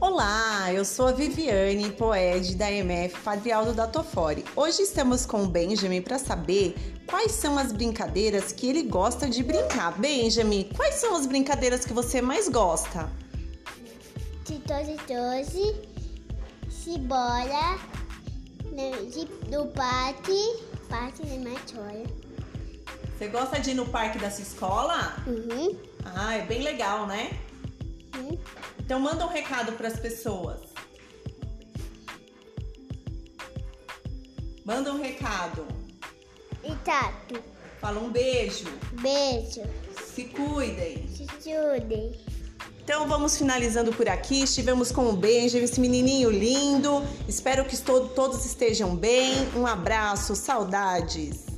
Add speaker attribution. Speaker 1: Olá, eu sou a Viviane, poed da MF Padrialdo da Tofori. Hoje estamos com o Benjamin para saber quais são as brincadeiras que ele gosta de brincar. Benjamin, quais são as brincadeiras que você mais gosta?
Speaker 2: de 12 12, cebola, no- de, do parque, parque né, de Machola.
Speaker 1: Você gosta de ir no parque da sua escola?
Speaker 2: Uhum.
Speaker 1: Ah, é bem legal, né?
Speaker 2: uhum.
Speaker 1: Então manda um recado para as pessoas. Manda um recado.
Speaker 2: E tato,
Speaker 1: Fala um beijo.
Speaker 2: beijo,
Speaker 1: Se cuidem.
Speaker 2: se estudem.
Speaker 1: Então vamos finalizando por aqui. Estivemos com o Benjamin, esse menininho lindo. Espero que esto- todos estejam bem. Um abraço, saudades.